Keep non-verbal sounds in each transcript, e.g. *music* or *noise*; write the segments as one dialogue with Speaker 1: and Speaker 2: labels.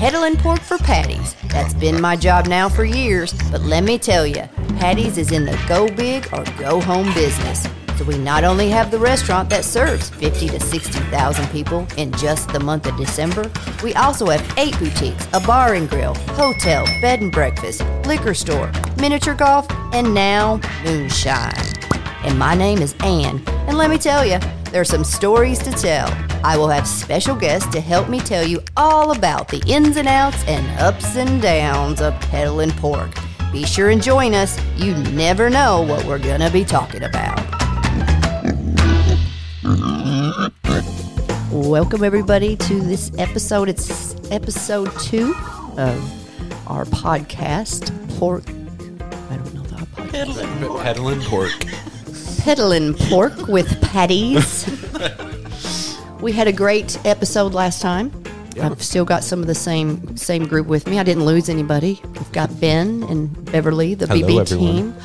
Speaker 1: peddling pork for Patties. That's been my job now for years, but let me tell you, Patties is in the go big or go home business. So we not only have the restaurant that serves 50 to 60,000 people in just the month of December, we also have eight boutiques, a bar and grill, hotel, bed and breakfast, liquor store, miniature golf, and now moonshine. And my name is Anne, and let me tell you, there are some stories to tell. I will have special guests to help me tell you all about the ins and outs and ups and downs of peddling pork. Be sure and join us. You never know what we're going to be talking about. Welcome, everybody, to this episode. It's episode two of our podcast, Pork. I don't know the podcast.
Speaker 2: Peddling pork.
Speaker 1: Peddling Pork with
Speaker 3: *laughs*
Speaker 1: Patties. we had a great episode last time. I've still got some of the same same group with me. I didn't lose anybody. We've got Ben and Beverly, the
Speaker 2: Hello,
Speaker 1: BB
Speaker 2: everyone.
Speaker 1: team.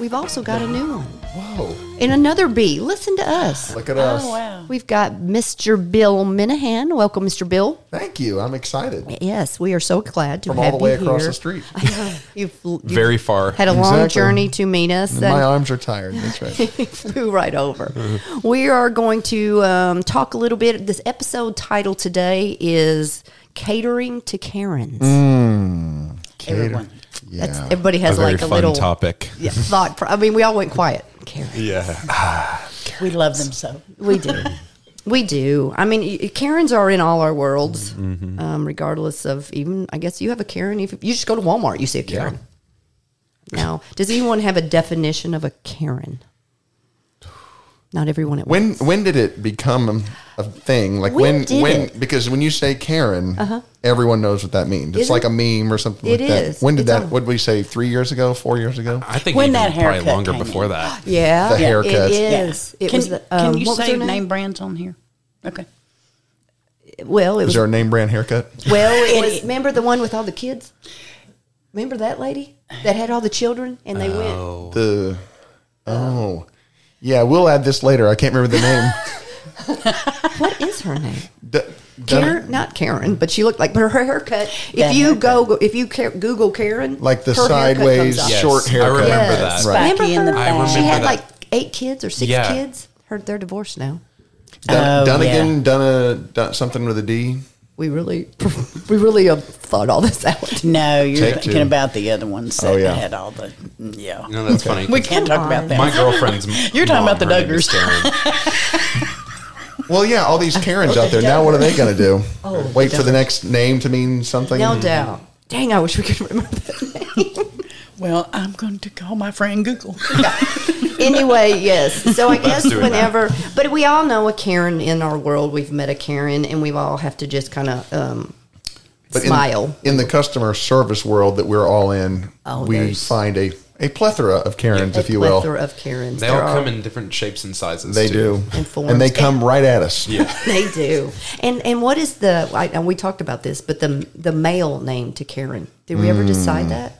Speaker 1: We've also got a new one
Speaker 3: Whoa.
Speaker 1: and another B. Listen to us.
Speaker 3: Look at us.
Speaker 1: We've got Mr. Bill Minahan. Welcome, Mr. Bill.
Speaker 3: Thank you. I'm excited.
Speaker 1: Yes, we are so glad to
Speaker 3: From
Speaker 1: have
Speaker 3: all the way
Speaker 1: you
Speaker 3: across
Speaker 1: here. *laughs*
Speaker 3: the street.
Speaker 1: You've, you've
Speaker 2: Very far.
Speaker 1: had a long
Speaker 3: Exactly.
Speaker 1: journey to meet us. and-
Speaker 3: My arms are tired.
Speaker 1: *laughs*
Speaker 3: That's right.
Speaker 1: flew right over. we are going to um, talk a little bit. This episode title today is "Catering to Karens."
Speaker 4: Everyone.
Speaker 1: That's,
Speaker 3: Yeah.
Speaker 1: everybody
Speaker 2: Mm. A
Speaker 1: has
Speaker 2: very
Speaker 1: like a
Speaker 2: fun
Speaker 1: little
Speaker 2: topic.
Speaker 1: yeah, thought. pro- I mean, we all went quiet. Karen,
Speaker 2: Yeah.
Speaker 4: We love them so.
Speaker 1: we do, we do. I mean, y- Karens are in all our worlds,
Speaker 2: Mm-hmm.
Speaker 1: um, regardless of even. I guess you have a Karen. If you just go to Walmart, you see a Karen. Now, does anyone have a definition of a
Speaker 2: *sighs*
Speaker 1: Karen? Not everyone at
Speaker 3: When when did it become a thing? Like
Speaker 1: When
Speaker 3: when
Speaker 1: did
Speaker 3: when
Speaker 1: it?
Speaker 3: because when you say Karen, everyone knows what that means. It's
Speaker 1: Isn't-
Speaker 3: like a meme or something
Speaker 1: It
Speaker 3: like that.
Speaker 1: is.
Speaker 3: When did
Speaker 1: It's
Speaker 3: that
Speaker 1: on-
Speaker 3: what did we say 3 years ago, 4 years ago?
Speaker 2: *laughs* I think
Speaker 4: When
Speaker 2: even
Speaker 4: that
Speaker 2: probably
Speaker 4: haircut
Speaker 2: longer
Speaker 4: came
Speaker 2: before
Speaker 4: in.
Speaker 2: that.
Speaker 1: Yeah,
Speaker 3: The haircuts.
Speaker 1: It is. It
Speaker 4: can,
Speaker 1: was the,
Speaker 4: can
Speaker 1: um,
Speaker 4: you
Speaker 1: what was
Speaker 4: say
Speaker 1: her
Speaker 4: name? brands on here? Okay.
Speaker 1: Well, it
Speaker 3: Is
Speaker 1: was.
Speaker 3: there a name brand haircut?
Speaker 1: *laughs* well, it was. Remember the one with all the kids? Remember that lady that had all the children and they went.
Speaker 3: The
Speaker 1: Uh-huh.
Speaker 3: Oh. Yeah, we'll add this later. I can't remember the
Speaker 1: *laughs*
Speaker 3: name.
Speaker 1: What is her name?
Speaker 3: D- Dun-
Speaker 1: Karen, not Karen, but she looked like. But her haircut. If
Speaker 4: That
Speaker 1: you
Speaker 4: haircut.
Speaker 1: go, if you ca- Google Karen,
Speaker 3: like the
Speaker 1: her haircut
Speaker 3: sideways
Speaker 1: comes up.
Speaker 2: Yes,
Speaker 3: short
Speaker 2: I
Speaker 3: haircut.
Speaker 2: remember
Speaker 1: Yes.
Speaker 2: that.
Speaker 3: Right.
Speaker 4: Right.
Speaker 1: Remember
Speaker 4: Backy in the
Speaker 1: her?
Speaker 4: I
Speaker 1: she
Speaker 2: remember
Speaker 1: had
Speaker 2: that.
Speaker 1: like eight kids or six
Speaker 2: Yeah.
Speaker 1: kids. Her, they're divorced now.
Speaker 3: Dun-
Speaker 4: Oh,
Speaker 3: Dunnigan, Dunna, Dun- something with a D.
Speaker 1: We really, *laughs* we really uh, thought all this
Speaker 3: *laughs*
Speaker 1: out.
Speaker 4: No, you're
Speaker 3: Take
Speaker 4: thinking
Speaker 3: two.
Speaker 4: about the other ones that
Speaker 3: Oh, yeah.
Speaker 4: had all the. mm, Yeah.
Speaker 2: No, that's funny.
Speaker 4: We can't
Speaker 1: Come
Speaker 4: talk about
Speaker 1: on.
Speaker 4: that.
Speaker 2: My
Speaker 1: *laughs*
Speaker 2: girlfriend's. m-
Speaker 4: You're talking
Speaker 2: mom,
Speaker 4: about the
Speaker 2: her name is
Speaker 4: Duggars.
Speaker 2: Karen.
Speaker 3: Well, yeah, all these Karens out there. Now, what are they going to do?
Speaker 1: Oh,
Speaker 3: Wait for the next name to mean something?
Speaker 1: No doubt. Dang, I wish we could remember that name.
Speaker 4: Well, I'm going to call my friend Google.
Speaker 1: anyway,
Speaker 3: *laughs*
Speaker 1: yes. So I guess
Speaker 2: doing that.
Speaker 1: whenever, but we all know a Karen in our world. We've met a Karen, and we all have to just kind of um,
Speaker 3: But in-
Speaker 1: smile.
Speaker 3: In, the customer service world that we're all in,
Speaker 1: Oh,
Speaker 3: we
Speaker 1: there's-
Speaker 3: find a, a plethora of Karens,
Speaker 1: A
Speaker 3: if you
Speaker 1: plethora
Speaker 3: will.
Speaker 1: of Karens.
Speaker 2: They
Speaker 1: There
Speaker 2: all
Speaker 1: are-
Speaker 2: come in different shapes and sizes.
Speaker 3: They
Speaker 2: too.
Speaker 3: do.
Speaker 1: And forms.
Speaker 3: And they come right at us.
Speaker 2: Yeah.
Speaker 1: *laughs* They do. And and what is the? I, and we talked about this, but the the male name to Karen. Did we ever
Speaker 3: Mm.
Speaker 1: decide that?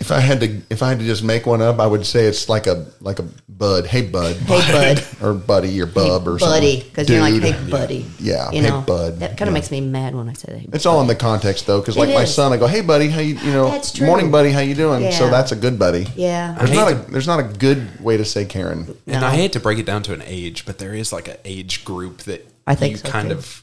Speaker 3: If I had to, if I had to just make one up, I would say it's like a like a bud. Hey, bud.
Speaker 1: Hey, bud.
Speaker 3: or buddy, or bub, or
Speaker 1: buddy,
Speaker 3: something.
Speaker 1: because you're like,
Speaker 3: Dude.
Speaker 1: hey, buddy.
Speaker 3: Yeah, hey, bud.
Speaker 1: That kind of
Speaker 3: Yeah.
Speaker 1: makes me mad when I say that. Hey,
Speaker 3: It's all in the context though, because like
Speaker 1: It
Speaker 3: my
Speaker 1: is.
Speaker 3: son, I go, "Hey, buddy, how you? You know,
Speaker 1: That's true.
Speaker 3: morning, buddy, how you doing?" So
Speaker 1: Yeah.
Speaker 3: that's a good buddy.
Speaker 1: Yeah.
Speaker 3: There's
Speaker 2: I
Speaker 3: not a
Speaker 2: hate
Speaker 3: there's not a good way to say Karen.
Speaker 2: And
Speaker 1: No.
Speaker 2: I hate to break it down to an age, but there is like an age group that
Speaker 1: I think
Speaker 2: you
Speaker 1: so,
Speaker 2: kind
Speaker 1: too.
Speaker 2: of,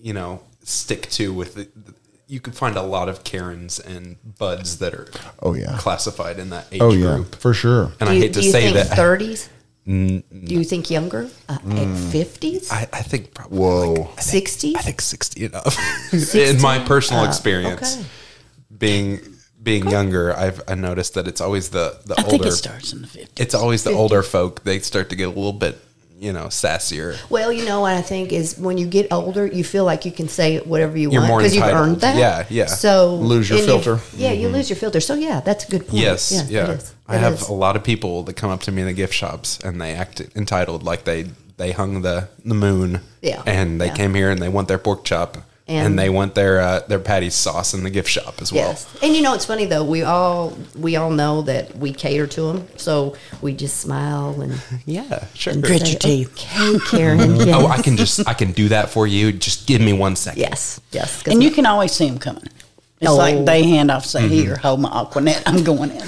Speaker 2: you know, stick to with. The, the- you can find a lot of Karens and Buds that are
Speaker 3: Oh, yeah.
Speaker 2: classified in that age
Speaker 3: Oh yeah,
Speaker 2: group.
Speaker 3: for sure.
Speaker 1: do
Speaker 2: And I
Speaker 1: you,
Speaker 2: hate to
Speaker 1: do you
Speaker 2: say
Speaker 1: think
Speaker 2: that.
Speaker 1: 30s. Do you think younger? Uh,
Speaker 3: Mm.
Speaker 1: at 50s?
Speaker 2: I, I think probably
Speaker 3: Whoa.
Speaker 2: like-
Speaker 1: 60s?
Speaker 2: I think sixty and up. *laughs* In my personal experience,
Speaker 1: okay.
Speaker 2: being being younger, I've I noticed that it's always the the
Speaker 4: *laughs* I
Speaker 2: older.
Speaker 4: think it starts in the 50s.
Speaker 2: it's always the older folk. They start to get a little bit, you know, sassier.
Speaker 1: Well, you know what I think is when you get older, you feel like you can say whatever you
Speaker 2: You're
Speaker 1: want
Speaker 2: more
Speaker 1: because you've
Speaker 2: entitled.
Speaker 1: earned that.
Speaker 2: Yeah, yeah.
Speaker 1: So
Speaker 3: Lose your
Speaker 1: and you-
Speaker 3: filter.
Speaker 1: yeah, you lose your filter. So yeah, that's a good point.
Speaker 2: Mm-hmm. Yes,
Speaker 1: Yes,
Speaker 2: yeah.
Speaker 1: it is.
Speaker 2: I
Speaker 1: It
Speaker 2: have
Speaker 1: is.
Speaker 2: a lot of people that come up to me in the gift shops and they act entitled, like they they hung the the moon.
Speaker 1: Yeah,
Speaker 2: and they
Speaker 1: yeah.
Speaker 2: came here and they want their pork chop. and, they want their uh, their patty sauce in the gift shop as well.
Speaker 1: Yes, and you know it's funny though. We all we all know that we cater to them, so we just smile and
Speaker 2: *laughs* Yeah, sure.
Speaker 4: Grit your
Speaker 1: say,
Speaker 4: teeth.
Speaker 1: "Okay, Karen." yes.
Speaker 2: Oh, I can just I can do that for you. Just give me one second.
Speaker 1: yes, yes. 'cause
Speaker 4: And you
Speaker 1: my-
Speaker 4: can always see them coming. It's
Speaker 1: Oh.
Speaker 4: like they hand off, say, here,
Speaker 3: Mm-hmm.
Speaker 4: hold my Aquanet. I'm going in.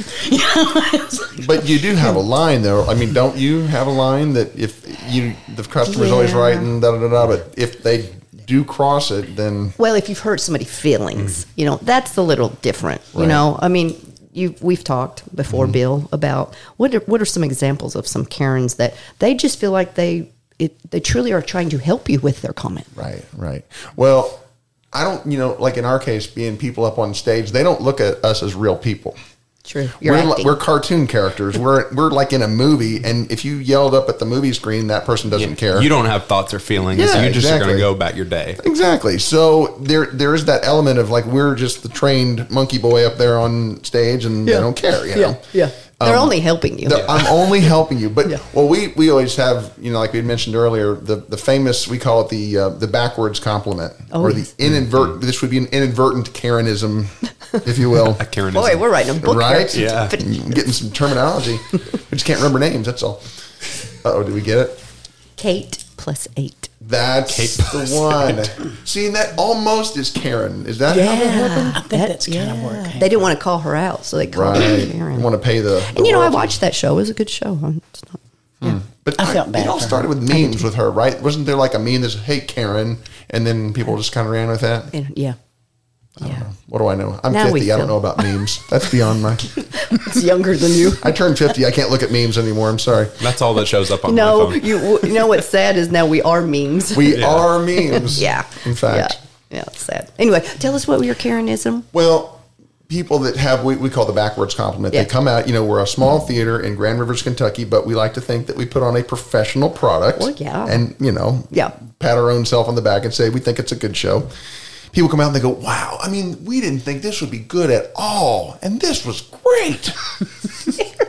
Speaker 3: But you do have a line, though. I mean, don't you have a line that if you the customer's always
Speaker 1: Yeah.
Speaker 3: right and da da da da, but if they do cross it, then
Speaker 1: well, if you've hurt somebody's feelings,
Speaker 3: Mm-hmm.
Speaker 1: you know that's a little different. You know, I mean, you we've talked before,
Speaker 3: Mm-hmm.
Speaker 1: Bill, about what are, what are some examples of some Karens that they just feel like they it, they truly are trying to help you with their comment.
Speaker 3: right, right. Well, I don't, you know, like in our case, being people up on stage, they don't look at us as real people.
Speaker 1: True, you're
Speaker 3: we're, li-
Speaker 1: acting.
Speaker 3: we're cartoon characters. We're we're like in a movie, and if you yelled up at the movie screen, that person doesn't care.
Speaker 2: You don't have thoughts or feelings.
Speaker 3: Yeah,
Speaker 2: you just are going
Speaker 3: exactly.
Speaker 2: to go about your day.
Speaker 3: Exactly. So there there is that element of like we're just the trained monkey boy up there on stage, and they don't care. You know.
Speaker 1: yeah, they're only helping you.
Speaker 3: um, The- I'm only helping you, but
Speaker 1: Yeah.
Speaker 3: well, we we always have you know, like we had mentioned earlier, the the famous we call it the uh, the backwards compliment
Speaker 1: Oh,
Speaker 3: or
Speaker 1: yes.
Speaker 3: the inadvertent.
Speaker 2: Mm-hmm.
Speaker 3: This would be an inadvertent Karenism, if you will.
Speaker 2: *laughs* A Karen
Speaker 1: Boy, we're writing a book, here.
Speaker 3: right?
Speaker 2: Yeah.
Speaker 3: getting
Speaker 1: *laughs*
Speaker 3: some terminology. we just can't remember names. That's all. Uh oh, did we get it?
Speaker 1: Kate plus eight.
Speaker 3: That's
Speaker 2: Kate
Speaker 3: the one. See, that almost is Karen. Is that how that happened?
Speaker 4: I think that's kind of where it came
Speaker 1: They didn't want to call her out, so they called
Speaker 3: Right.
Speaker 1: her
Speaker 3: You
Speaker 1: Karen.
Speaker 3: want to pay the.
Speaker 1: and you know, I
Speaker 3: royalty.
Speaker 1: watched that show. It was a good show. I'm- It's not,
Speaker 3: But
Speaker 4: I felt bad
Speaker 3: It all
Speaker 4: for her.
Speaker 3: started with memes with her, right? Wasn't there like a meme that's "Hey Karen," and then people just kind of ran with that?
Speaker 1: and- yeah. Yeah.
Speaker 3: What do I know? I'm
Speaker 1: Now we
Speaker 3: 50. I don't
Speaker 1: feel-
Speaker 3: know about memes. That's beyond my.
Speaker 1: It's younger than you.
Speaker 3: I turned 50. I can't look at memes anymore. I'm sorry.
Speaker 2: That's all that shows up on
Speaker 1: No,
Speaker 2: my phone.
Speaker 1: you, you know what's sad is now we are memes.
Speaker 3: We are
Speaker 1: *laughs*
Speaker 3: memes.
Speaker 1: yeah.
Speaker 3: In fact.
Speaker 1: Yeah. yeah, it's sad. Anyway, tell us what your Karenism.
Speaker 3: Well, people that have we, we call the backwards compliment.
Speaker 1: Yeah.
Speaker 3: They come out. You know, we're a small theater in Grand Rivers, Kentucky, but we like to think that we put on a professional product.
Speaker 1: Well, yeah.
Speaker 3: And you know,
Speaker 1: Yeah.
Speaker 3: pat our own self on the back and say we think it's a good show. People come out and they go, "Wow! I mean, we didn't think this would be good at all, and this was
Speaker 1: *laughs*
Speaker 3: great."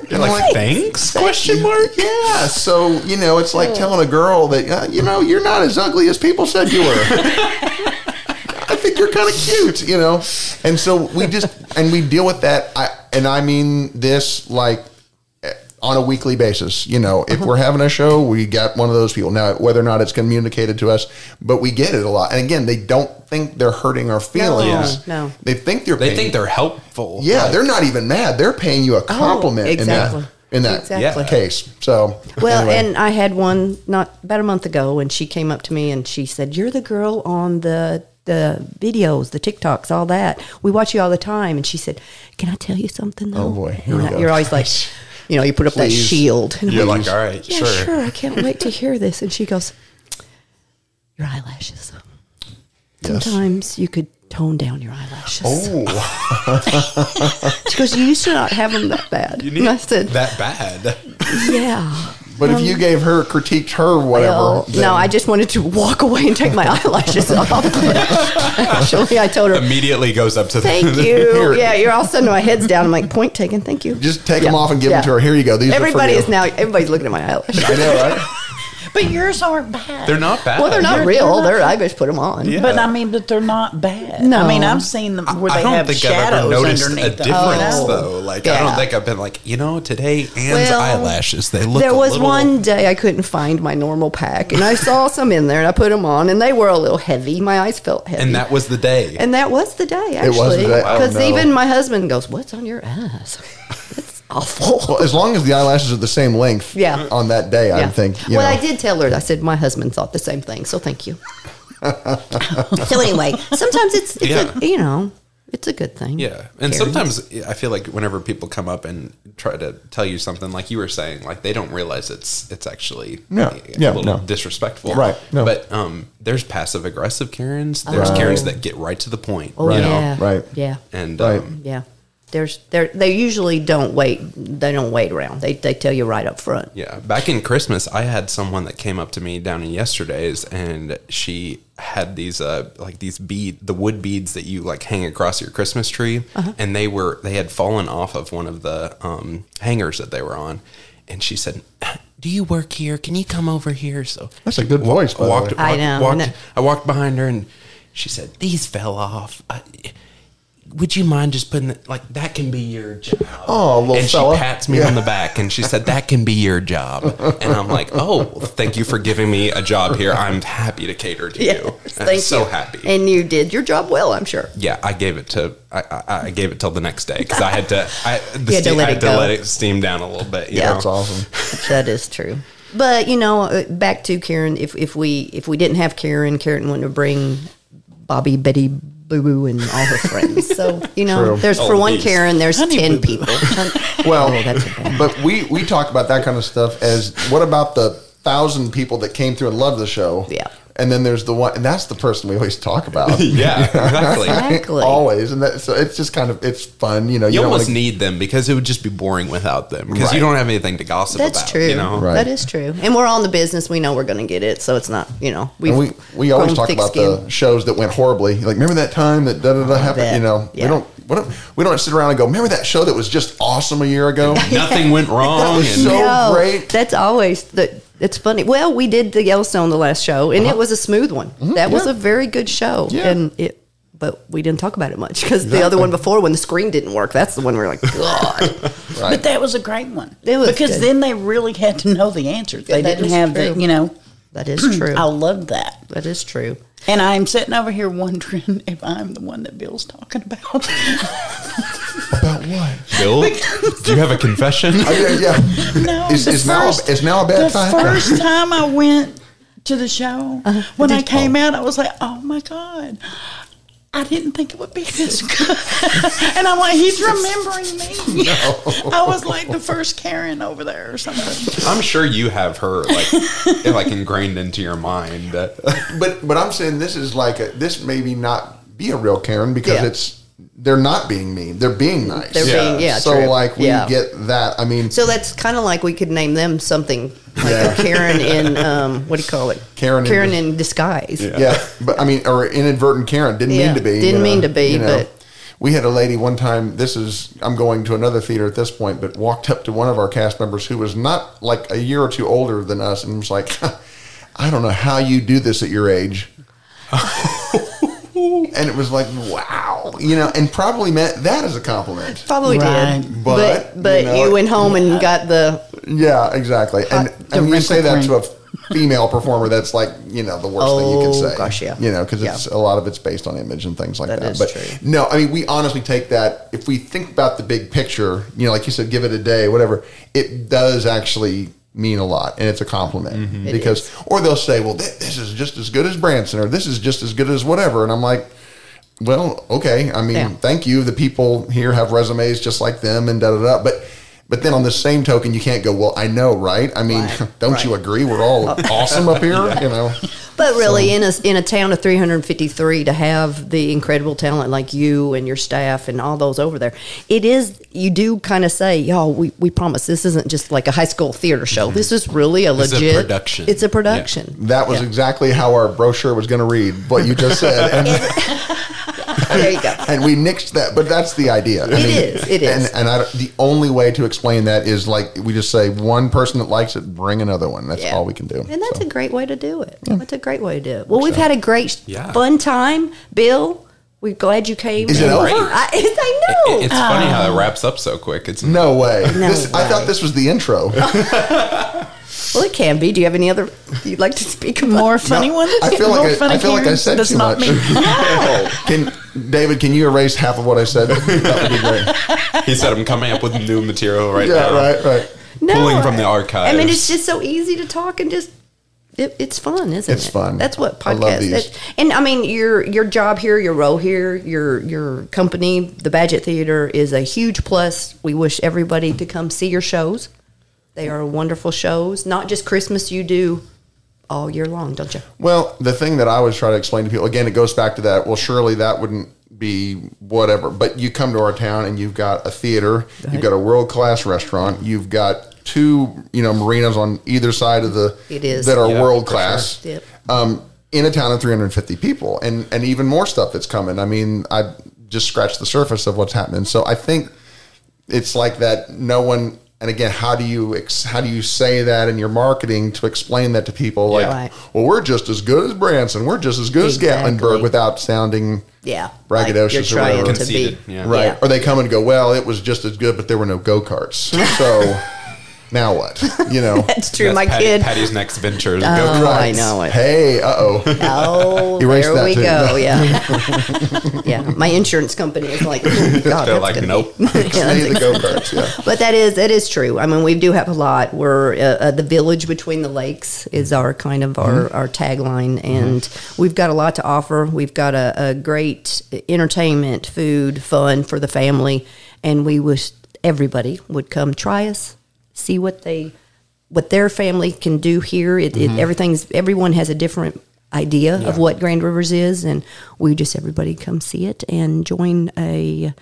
Speaker 2: You're like, thanks? Question mark?
Speaker 3: yeah. So you know, it's like telling a girl that uh, you know you're not as ugly as people said you
Speaker 2: *laughs*
Speaker 3: were. I think you're kind of cute, you know. And so we just and we deal with that. I and I mean this like eh, on a weekly basis. You know,
Speaker 2: Uh-huh.
Speaker 3: if we're having a show, we got one of those people. Now, whether or not it's communicated to us, but we get it a lot. And again, they don't think they're hurting our feelings.
Speaker 1: no.
Speaker 3: They think they're
Speaker 2: They
Speaker 3: paying-
Speaker 2: think they're helpful.
Speaker 3: yeah, they're not even mad. They're paying you a compliment
Speaker 1: Oh, exactly.
Speaker 3: in that in that
Speaker 1: Exactly.
Speaker 3: case. So
Speaker 1: Well,
Speaker 3: anyway.
Speaker 1: and I had one not about a month ago, and she came up to me and she said, "You're the girl on the the videos, the TikToks, all that. We watch you all the time." And she said, "Can I tell you something? Though?
Speaker 3: Oh, boy. Here
Speaker 1: And
Speaker 3: we
Speaker 1: I-
Speaker 3: go.
Speaker 1: you're always like, you know, you put up that
Speaker 3: Please.
Speaker 1: shield. And I'm
Speaker 2: You're like, all right,
Speaker 1: yeah,
Speaker 2: sure.
Speaker 1: sure. I can't wait to hear this. And she goes, "Your eyelashes.
Speaker 3: Yes.
Speaker 1: Sometimes you could." Tone down your eyelashes.
Speaker 3: oh,
Speaker 1: She goes, You used to not have them that bad.
Speaker 2: You
Speaker 1: and
Speaker 2: need
Speaker 1: I said,
Speaker 2: that bad.
Speaker 1: Yeah.
Speaker 3: but if you gave her critiqued her whatever,
Speaker 1: Um, Well,
Speaker 3: then-
Speaker 1: no, I just wanted to walk away and take my *laughs* eyelashes off. Actually, I told her,
Speaker 2: Immediately goes up to the *laughs*
Speaker 1: "Thank you." Yeah, you're all of a sudden my head's down. I'm like, "Point taken, thank you."
Speaker 3: just take
Speaker 1: Yeah,
Speaker 3: them off and give
Speaker 1: yeah.
Speaker 3: them to her. Here you go. These
Speaker 1: Everybody
Speaker 3: are for
Speaker 1: is
Speaker 3: you.
Speaker 1: now. Everybody's looking at my
Speaker 3: *laughs*
Speaker 1: eyelashes.
Speaker 3: I know,
Speaker 1: *laughs*
Speaker 3: right?
Speaker 4: But yours aren't bad.
Speaker 2: They're not bad.
Speaker 1: Well, they're not
Speaker 4: You're-
Speaker 1: real.
Speaker 4: you're not-
Speaker 1: They're I just put them on.
Speaker 2: Yeah.
Speaker 4: But I mean, but they're not bad.
Speaker 1: No.
Speaker 4: I mean, I've seen them where
Speaker 2: I
Speaker 4: they
Speaker 2: don't
Speaker 4: have
Speaker 2: think I've ever
Speaker 4: shadows
Speaker 2: noticed a
Speaker 4: underneath
Speaker 2: difference,
Speaker 4: them.
Speaker 1: Oh.
Speaker 2: though. Like, I
Speaker 1: Yeah.
Speaker 2: don't think I've been like, you know, today Anne's
Speaker 1: Well,
Speaker 2: eyelashes, they look
Speaker 1: there
Speaker 2: a
Speaker 1: was
Speaker 2: little-
Speaker 1: one day I couldn't find my normal pack, and I saw some in there, and I put them on, and they were a little heavy. My eyes felt heavy,
Speaker 2: And that was the day.
Speaker 1: And that was the day
Speaker 3: It was
Speaker 1: actually,
Speaker 3: the day. Oh,
Speaker 1: because
Speaker 3: no.
Speaker 1: even my husband goes, "What's on your eyes? *laughs* That's awful."
Speaker 3: Well, as long as the eyelashes are the same length,
Speaker 1: Yeah.
Speaker 3: on that day, I
Speaker 1: Yeah.
Speaker 3: would think. You
Speaker 1: well,
Speaker 3: know,
Speaker 1: I did tell her. I said my husband thought the same thing, so thank you. *laughs* so anyway, sometimes it's, it's
Speaker 2: Yeah.
Speaker 1: a, you know it's a good thing.
Speaker 2: Yeah,
Speaker 1: Karen.
Speaker 2: and sometimes I feel like whenever people come up and try to tell you something, like you were saying, like they don't realize it's it's actually
Speaker 3: No.
Speaker 2: a
Speaker 3: Yeah,
Speaker 2: little
Speaker 3: no.
Speaker 2: disrespectful,
Speaker 3: Right, no.
Speaker 2: But um, there's passive aggressive Karens. There's
Speaker 3: Right.
Speaker 2: Karens that get right to the point,
Speaker 1: Oh,
Speaker 2: you know,
Speaker 1: yeah.
Speaker 3: right.
Speaker 1: Yeah.
Speaker 2: and
Speaker 3: Right.
Speaker 2: um,
Speaker 1: Yeah. There's they they usually don't wait they don't wait around. They they tell you right up front.
Speaker 2: yeah. Back in Christmas, I had someone that came up to me down in yesterday's, and she had these uh like these bead the wood beads that you like hang across your Christmas tree, and they were they had fallen off of one of the um hangers that they were on, and she said. Do you work here? Can you come over here? So
Speaker 3: That's a good voice. By the
Speaker 2: walked,
Speaker 3: way.
Speaker 1: I
Speaker 2: walked-
Speaker 1: know,
Speaker 2: walked-
Speaker 1: isn't it?
Speaker 2: I walked behind her and She said, "These fell off. I, would you mind just putting the, like that can be your job?"
Speaker 3: Oh, little
Speaker 2: and
Speaker 3: fella.
Speaker 2: she pats me on the back and she said, "That can be your job." And I'm like, "Oh, well, thank you for giving me a job here. I'm happy to cater to
Speaker 1: Yes,
Speaker 2: you. I'm
Speaker 1: thank
Speaker 2: so
Speaker 1: you.
Speaker 2: happy."
Speaker 1: And you did your job well, I'm sure.
Speaker 2: yeah, I gave it to I, I, I gave it till the next day because I had to I, the
Speaker 1: You had to
Speaker 2: steam-
Speaker 1: let
Speaker 2: I
Speaker 1: it
Speaker 2: had to
Speaker 1: go.
Speaker 2: let it steam down a little bit. You
Speaker 1: Yeah.
Speaker 2: know?
Speaker 3: That's awesome.
Speaker 1: That is true. But you know, uh, back to Karen. If if we if we didn't have Karen, Karen wouldn't have bring Bobby, Betty, Boo Boo, and all her friends. So you know,
Speaker 3: True.
Speaker 1: there's for
Speaker 2: All
Speaker 1: one
Speaker 2: these.
Speaker 1: Karen, there's
Speaker 4: Honey
Speaker 1: ten
Speaker 4: Boo Boo.
Speaker 1: people.
Speaker 3: Well,
Speaker 1: Oh, that's a bad-
Speaker 3: but we we talk about that kind of stuff as what about the thousand people that came through and loved the show?
Speaker 1: Yeah.
Speaker 3: And then there's the one, and that's the person we always talk about.
Speaker 2: Yeah, exactly.
Speaker 1: *laughs* Exactly.
Speaker 3: Always, and that, so it's just kind of it's fun, you know.
Speaker 2: You,
Speaker 3: don't
Speaker 2: almost
Speaker 3: wanna-
Speaker 2: need them because it would just be boring without them because you
Speaker 3: Right.
Speaker 2: don't have anything to gossip
Speaker 1: That's
Speaker 2: about.
Speaker 1: true.
Speaker 2: You know?
Speaker 3: Right.
Speaker 1: That is true. And we're all in the business. We know we're going to get it. So it's not, you know, we've
Speaker 3: And we we always
Speaker 1: grown
Speaker 3: talk about the
Speaker 1: thick-skinned.
Speaker 3: shows that went horribly. Like remember that time that da da da happened.
Speaker 1: bet.
Speaker 3: You know,
Speaker 1: Yeah.
Speaker 3: we don't we don't we don't sit around and go. Remember that show that was just awesome a year
Speaker 1: *laughs*
Speaker 3: ago.
Speaker 2: Nothing went wrong. and
Speaker 3: so great.
Speaker 1: That's always the. It's funny. Well, we did the Yellowstone the last show, and it was a smooth one. that was
Speaker 3: Uh-huh. Mm-hmm. yeah.
Speaker 1: a very good show,
Speaker 3: Yeah.
Speaker 1: and it. But we didn't talk about it much because the other
Speaker 3: Exactly.
Speaker 1: one before, when the screen didn't work, that's the one we were like, God.
Speaker 3: *laughs* Right.
Speaker 4: But that was a great one.
Speaker 1: It was
Speaker 4: because
Speaker 1: good.
Speaker 4: then they really had to know the answers. They
Speaker 1: Yeah, that
Speaker 4: didn't
Speaker 1: is
Speaker 4: have
Speaker 1: true.
Speaker 4: the, you know.
Speaker 1: that is true.
Speaker 4: I love that.
Speaker 1: that is true.
Speaker 4: And I'm sitting over here wondering *laughs* if I'm the one that Bill's talking about. *laughs*
Speaker 3: about what?
Speaker 2: Bill, *laughs* do you have a confession?
Speaker 3: Oh, yeah, yeah.
Speaker 4: no,
Speaker 3: Is-
Speaker 4: the
Speaker 3: is now a- is now a bad
Speaker 4: the
Speaker 3: time? *laughs*
Speaker 4: first time I went to the show,
Speaker 1: Uh-huh.
Speaker 4: when I came out, I was like, "Oh my god." I didn't think it would be this *laughs* good. and I'm like, he's
Speaker 3: *laughs*
Speaker 4: remembering me. *laughs* I was like the first Karen over there or something.
Speaker 2: *laughs* I'm sure you have her
Speaker 1: *laughs*
Speaker 2: like like ingrained into your mind. *laughs*
Speaker 3: But but I'm saying this is like a, this maybe not be a real Karen because
Speaker 1: Yeah.
Speaker 3: it's they're not being mean. They're being nice.
Speaker 1: They're
Speaker 2: Yeah.
Speaker 1: being, yeah,
Speaker 3: so
Speaker 1: true.
Speaker 3: like we
Speaker 1: Yeah.
Speaker 3: get that. I mean,
Speaker 1: So that's kind of like we could name them something like a Karen in um, what do you call it?
Speaker 3: Karen in
Speaker 1: Karen
Speaker 3: dis-
Speaker 1: in, disguise.
Speaker 3: yeah, but I mean, or inadvertent Karen didn't
Speaker 1: Yeah,
Speaker 3: mean to be.
Speaker 1: didn't mean to be, but-
Speaker 3: we had a lady one time. This is I'm going to another theater at this point, but walked up to one of our cast members who was not like a year or two older than us, and was like, "I don't know how you do this at your age." and it was like, wow, you know, and probably meant that as a compliment.
Speaker 1: Probably
Speaker 4: Right.
Speaker 1: did,
Speaker 3: But,
Speaker 1: but but
Speaker 3: you
Speaker 1: you,
Speaker 3: know,
Speaker 1: went home and got the
Speaker 3: Yeah, exactly. And,
Speaker 1: Hot
Speaker 3: and when you say that to
Speaker 4: wrinkle
Speaker 3: a female performer, that's like you know the worst thing you
Speaker 1: Oh,
Speaker 3: can say.
Speaker 1: gosh, yeah.
Speaker 3: You know, because
Speaker 1: Yeah.
Speaker 3: it's a lot of it's based on image and things like
Speaker 1: That
Speaker 3: that.
Speaker 1: is
Speaker 3: but
Speaker 1: true.
Speaker 3: no, I mean we honestly take that if we think about the big picture. You know, like you said, give it a day, whatever. It does actually mean a lot, and it's a compliment
Speaker 1: Mm-hmm. It
Speaker 3: because, or they'll say, "Well, thi- this is just as good as Branson," or "This is just as good as whatever," and I'm like. Well, okay. I mean,
Speaker 1: Yeah.
Speaker 3: thank you. The people here have resumes just like them, and da da da. But but then on the same token, you can't go. Well, I know, right? I mean,
Speaker 1: Right,
Speaker 3: *laughs* don't
Speaker 1: right.
Speaker 3: you agree? We're
Speaker 1: *laughs*
Speaker 3: all awesome up here, you know.
Speaker 1: But really, in a in a town of 353, to have the incredible talent like you and your staff and all those over there, it is. You do kind of say, "Y'all, we, we promise this isn't just like a high school theater show. This is really a
Speaker 2: It's a
Speaker 1: legit
Speaker 2: production.
Speaker 1: It's a production.
Speaker 3: That was exactly how our brochure was going to read. What you just said,
Speaker 1: *laughs*
Speaker 3: and,
Speaker 1: There you go.
Speaker 3: and we nixed that. But that's the idea. It
Speaker 1: It
Speaker 3: is.
Speaker 1: is, it is.
Speaker 3: And, and I, the only way to explain that is like we just say one person that likes it, bring another one. That's
Speaker 1: Yeah.
Speaker 3: all we can do.
Speaker 1: And that's
Speaker 3: So.
Speaker 1: a great way to do it. That's a great way to do it. Well, we've had a great,
Speaker 2: Yeah.
Speaker 1: fun time, Bill. We're glad you came.
Speaker 3: Is it
Speaker 1: And-
Speaker 3: over?
Speaker 1: I, *laughs* I know.
Speaker 2: It- it's funny how
Speaker 1: um,
Speaker 2: that wraps up so quick. It's
Speaker 3: no way.
Speaker 1: No
Speaker 3: this, I
Speaker 1: way.
Speaker 3: thought this was the intro.
Speaker 1: well, it can be. Do you have any other you'd like to speak about?
Speaker 4: More funny ones?
Speaker 3: I feel
Speaker 4: More
Speaker 3: like I,
Speaker 4: funny
Speaker 3: I feel like I
Speaker 4: Karens?
Speaker 3: said
Speaker 4: That's
Speaker 3: too
Speaker 4: not
Speaker 3: much. *laughs*
Speaker 4: me.
Speaker 3: Oh, can David? Can you erase half of what I said? *laughs* That would be great.
Speaker 2: he said I'm coming up with new material right
Speaker 3: Yeah,
Speaker 2: now.
Speaker 3: right, right.
Speaker 1: no,
Speaker 2: Pulling from the
Speaker 1: I mean, it's
Speaker 2: archives.
Speaker 1: just so easy to talk and just. It, it's fun, isn't it?
Speaker 3: It's fun.
Speaker 1: That's what
Speaker 3: I love
Speaker 1: podcast.
Speaker 3: these.
Speaker 1: That, and I mean, your your job here, your role here, your your company, the Badgett Theater, is a huge plus. We wish everybody to come see your shows. They are wonderful shows. Not just Christmas. You do all year long, don't you?
Speaker 3: Well, the thing that I always try to explain to people again, it goes back to that. Well, surely that wouldn't be whatever. But you come to our town and you've got a theater, you've got a world class restaurant, you've got two you know marinas on either side of the
Speaker 1: It is.
Speaker 3: that are
Speaker 2: Yeah,
Speaker 3: world
Speaker 2: for
Speaker 3: class.
Speaker 1: sure. Yep.
Speaker 3: Um, in a town of 350 people, and and even more stuff that's coming. I mean, I just scratched the surface of what's happening. So I think it's like that. No one And again, how do you ex- how do you say that in your marketing to explain that to people? Like,
Speaker 1: Right.
Speaker 3: well, we're just as good as Branson. We're just as good as
Speaker 1: Exactly.
Speaker 3: Gatlinburg without sounding
Speaker 1: Yeah.
Speaker 3: Braggadocious
Speaker 1: you're
Speaker 3: or
Speaker 1: trying
Speaker 3: whatever.
Speaker 1: to be.
Speaker 2: Conceited, yeah.
Speaker 3: Right.
Speaker 1: Yeah.
Speaker 3: Or they come and go, well, it was just as good, but there were no go karts.
Speaker 1: *laughs*
Speaker 3: So now what? You know?
Speaker 1: That's true.
Speaker 2: That's
Speaker 1: my
Speaker 2: Patty-
Speaker 1: kid.
Speaker 2: Patty's next venture. is
Speaker 1: Oh,
Speaker 2: go-kart.
Speaker 1: I know it.
Speaker 3: Hey, uh
Speaker 1: *laughs*
Speaker 3: oh.
Speaker 1: Oh,
Speaker 3: *laughs* Erase
Speaker 1: there
Speaker 3: that
Speaker 1: we
Speaker 3: too.
Speaker 1: go. Yeah.
Speaker 3: *laughs*
Speaker 1: yeah. My insurance company is like, oh, God,
Speaker 2: They're
Speaker 1: that's
Speaker 2: like,
Speaker 1: gonna be-
Speaker 2: nope.
Speaker 1: *laughs* Yeah, that's
Speaker 3: Hey, the
Speaker 1: ex- *laughs*
Speaker 3: go karts. Yeah.
Speaker 1: but that is that is true. I mean, we do have a lot. We're uh, uh, the village between the lakes is our kind of our, our tagline, and we've got a lot to offer. We've got a, a great entertainment, food, fun for the family, and we wish everybody would come try us, see what they what their family can do here. It, it, everything's everyone has a different idea of what Grand Rivers is, and we just everybody come see it and join a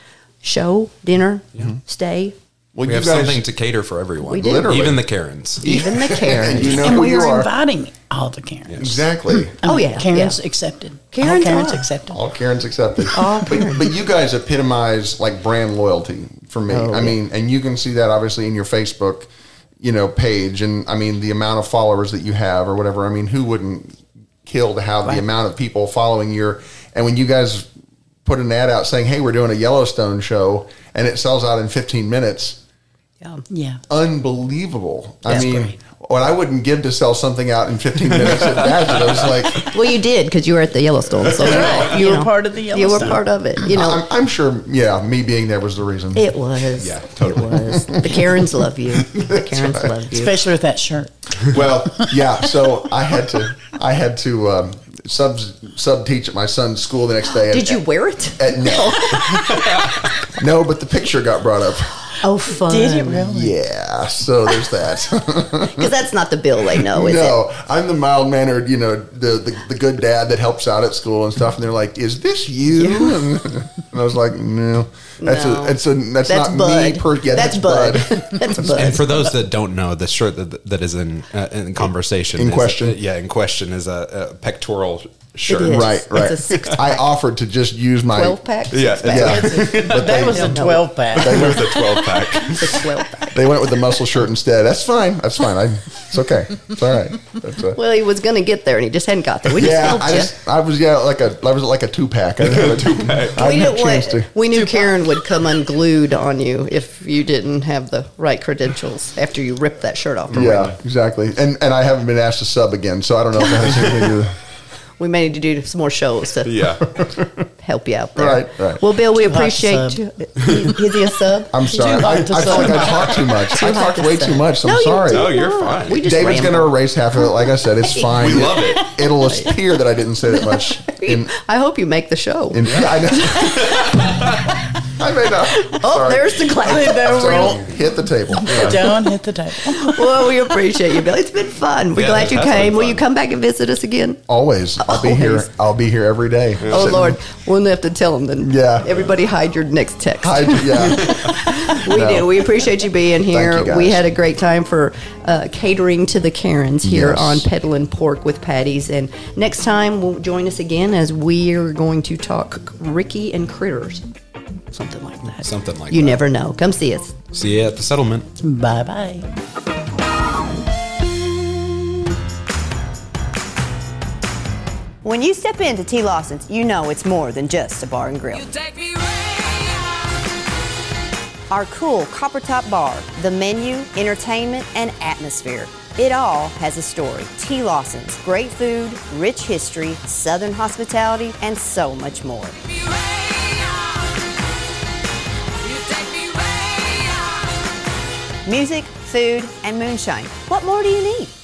Speaker 1: show, dinner, stay,
Speaker 3: Well,
Speaker 2: We
Speaker 3: you
Speaker 2: have
Speaker 3: guys,
Speaker 2: something to cater for everyone.
Speaker 1: We do.
Speaker 3: Literally.
Speaker 2: Even the Karens.
Speaker 1: even the Karens.
Speaker 3: *laughs* you know
Speaker 4: and
Speaker 3: who
Speaker 4: we
Speaker 3: you
Speaker 4: are
Speaker 3: are.
Speaker 4: inviting all the Karens.
Speaker 3: Exactly.
Speaker 4: I mean,
Speaker 1: Oh, yeah,
Speaker 4: Karen's
Speaker 1: yeah.
Speaker 4: accepted.
Speaker 1: Karen's
Speaker 4: all Karen's
Speaker 1: are.
Speaker 4: accepted.
Speaker 3: All Karen's
Speaker 4: *laughs*
Speaker 3: accepted. All Karen. But, but you guys epitomize like brand loyalty for me.
Speaker 4: Oh,
Speaker 3: I mean, and you can see that obviously in your Facebook, you know, page, and I mean the amount of followers that you have or whatever. I mean, who wouldn't kill to have
Speaker 4: Right.
Speaker 3: the amount of people following your? And when you guys put an ad out saying, "Hey, we're doing a Yellowstone show," and it sells out in 15 minutes,
Speaker 4: Yeah.
Speaker 3: unbelievable.
Speaker 4: That's
Speaker 3: I mean.
Speaker 4: great.
Speaker 3: What I wouldn't give to sell something out in 15 minutes at Badger, I was like,
Speaker 1: Well, you did because you were at the Yellowstone, so
Speaker 4: right.
Speaker 1: you,
Speaker 4: You were
Speaker 1: know,
Speaker 4: part of the
Speaker 1: You were
Speaker 4: Yellowstone. Uh-huh.
Speaker 1: part of it. You know,
Speaker 3: I'm, I'm sure, yeah, me being there was the reason.
Speaker 1: it was.
Speaker 2: Yeah, totally.
Speaker 1: It was. The Karens love you. The Karens love you.
Speaker 4: Especially with that shirt.
Speaker 3: *laughs* well, yeah. So I had to, I had to um, sub sub teach at my son's school the next day. and-
Speaker 1: Did you wear it?
Speaker 3: and no, *laughs* no. But the picture got brought up.
Speaker 1: Oh, fun.
Speaker 4: Did it really?
Speaker 3: Yeah. So there's
Speaker 1: *laughs*
Speaker 3: that.
Speaker 1: Because that's not the bill they know, is
Speaker 3: no, I'm the mild mannered, you know, the, the the good dad that helps out at school and stuff. And they're like, "Is this you?" And, *laughs* and I was like, "No, that's
Speaker 1: No.
Speaker 3: a that's a that's,
Speaker 1: it? That's
Speaker 3: not
Speaker 1: Bud.
Speaker 3: me." Per- yeah,
Speaker 1: that's, Bud. *laughs* that's
Speaker 2: And
Speaker 1: Bud. *laughs*
Speaker 2: for those that don't know, the shirt that that is in uh, in conversation
Speaker 3: In
Speaker 2: is- uh,
Speaker 3: question.
Speaker 2: yeah, in question is a, a pectoral shirt.
Speaker 1: is.
Speaker 3: Right,
Speaker 1: It's
Speaker 3: right.
Speaker 1: a six-pack.
Speaker 3: I offered to just use my
Speaker 1: Twelve pack.
Speaker 2: Yeah,
Speaker 1: six pack.
Speaker 3: yeah. *laughs*
Speaker 4: But that was a
Speaker 1: No.
Speaker 4: 12
Speaker 2: *laughs*
Speaker 4: pack.
Speaker 2: With a twelve
Speaker 1: *laughs*
Speaker 2: pack.
Speaker 1: It's a twelve
Speaker 4: *laughs*
Speaker 1: pack.
Speaker 3: They went with the muscle shirt instead. That's fine. That's fine. I, it's okay. It's all right. That's a,
Speaker 1: Well, he was going to get there, and he just hadn't got there. We just
Speaker 3: yeah,
Speaker 1: helped
Speaker 3: I,
Speaker 1: you.
Speaker 3: just, I was yeah like a I was like a two pack. I didn't have a two pack. I
Speaker 1: we
Speaker 3: didn't
Speaker 1: knew,
Speaker 3: have a chance to.
Speaker 1: what, we knew Karen would come unglued on you if you didn't have the right credentials after you ripped that shirt off.
Speaker 3: Yeah, exactly. And and I haven't been asked to sub again, so I don't know if that has anything to do. with
Speaker 1: We may need to do some more shows to
Speaker 2: Yeah,
Speaker 1: help you out there.
Speaker 3: Right, right.
Speaker 1: Well, Bill, we
Speaker 4: hot to
Speaker 1: appreciate
Speaker 4: sub.
Speaker 1: you. Is, is he a sub?
Speaker 3: *laughs*
Speaker 1: *laughs*
Speaker 3: I'm sorry.
Speaker 4: Too
Speaker 3: I, I
Speaker 4: hot to
Speaker 3: feel like
Speaker 4: sub.
Speaker 3: I talked too much. I talked way too much. I'm
Speaker 1: No, you
Speaker 3: sorry.
Speaker 1: did
Speaker 2: No, you're
Speaker 1: not.
Speaker 2: fine.
Speaker 1: We just
Speaker 3: David's going to
Speaker 1: *laughs* rambled.
Speaker 3: erase half of it. Like I said, it's fine.
Speaker 2: we love it.
Speaker 3: It'll appear that I didn't say that much. In,
Speaker 1: I hope you make the show.
Speaker 3: in, *laughs* I, know. I may not.
Speaker 1: oh,
Speaker 3: Sorry.
Speaker 1: there's the
Speaker 4: *laughs*
Speaker 3: *laughs*
Speaker 1: clap. *laughs*
Speaker 3: Don't hit the table.
Speaker 4: Don't hit the table.
Speaker 1: well, we appreciate you, Bill. It's been fun. We're
Speaker 2: Yeah,
Speaker 1: glad
Speaker 2: it
Speaker 1: you
Speaker 2: has been
Speaker 1: came. Will you
Speaker 2: fun.
Speaker 1: come back and visit us again?
Speaker 3: Always. I'll be here.
Speaker 1: Always.
Speaker 3: I'll be here every day.
Speaker 1: Oh,
Speaker 3: Sitting-
Speaker 1: Lord. We'll have to tell them then.
Speaker 3: Yeah.
Speaker 1: Everybody hide your next text.
Speaker 3: I, yeah.
Speaker 1: *laughs* We
Speaker 3: No.
Speaker 1: do. We appreciate you being here.
Speaker 3: you,
Speaker 1: we
Speaker 3: guys.
Speaker 1: had a great time for uh, catering to the Karens here
Speaker 3: Yes.
Speaker 1: on Peddling Pork with Patties. And next time, we'll join us again as we are going to talk Ricky and Critters. Something like that.
Speaker 2: Something like
Speaker 1: You
Speaker 2: that.
Speaker 1: never know. Come see us.
Speaker 2: See you at the settlement.
Speaker 4: Bye bye.
Speaker 1: When you step into T. Lawson's, you know it's more than just a bar and grill.
Speaker 5: You take me way
Speaker 1: Our cool copper top bar, the menu, entertainment, and atmosphere. It all has a story. T. Lawson's, great food, rich history, southern hospitality, and so much more. Music, food, and moonshine. What more do you need?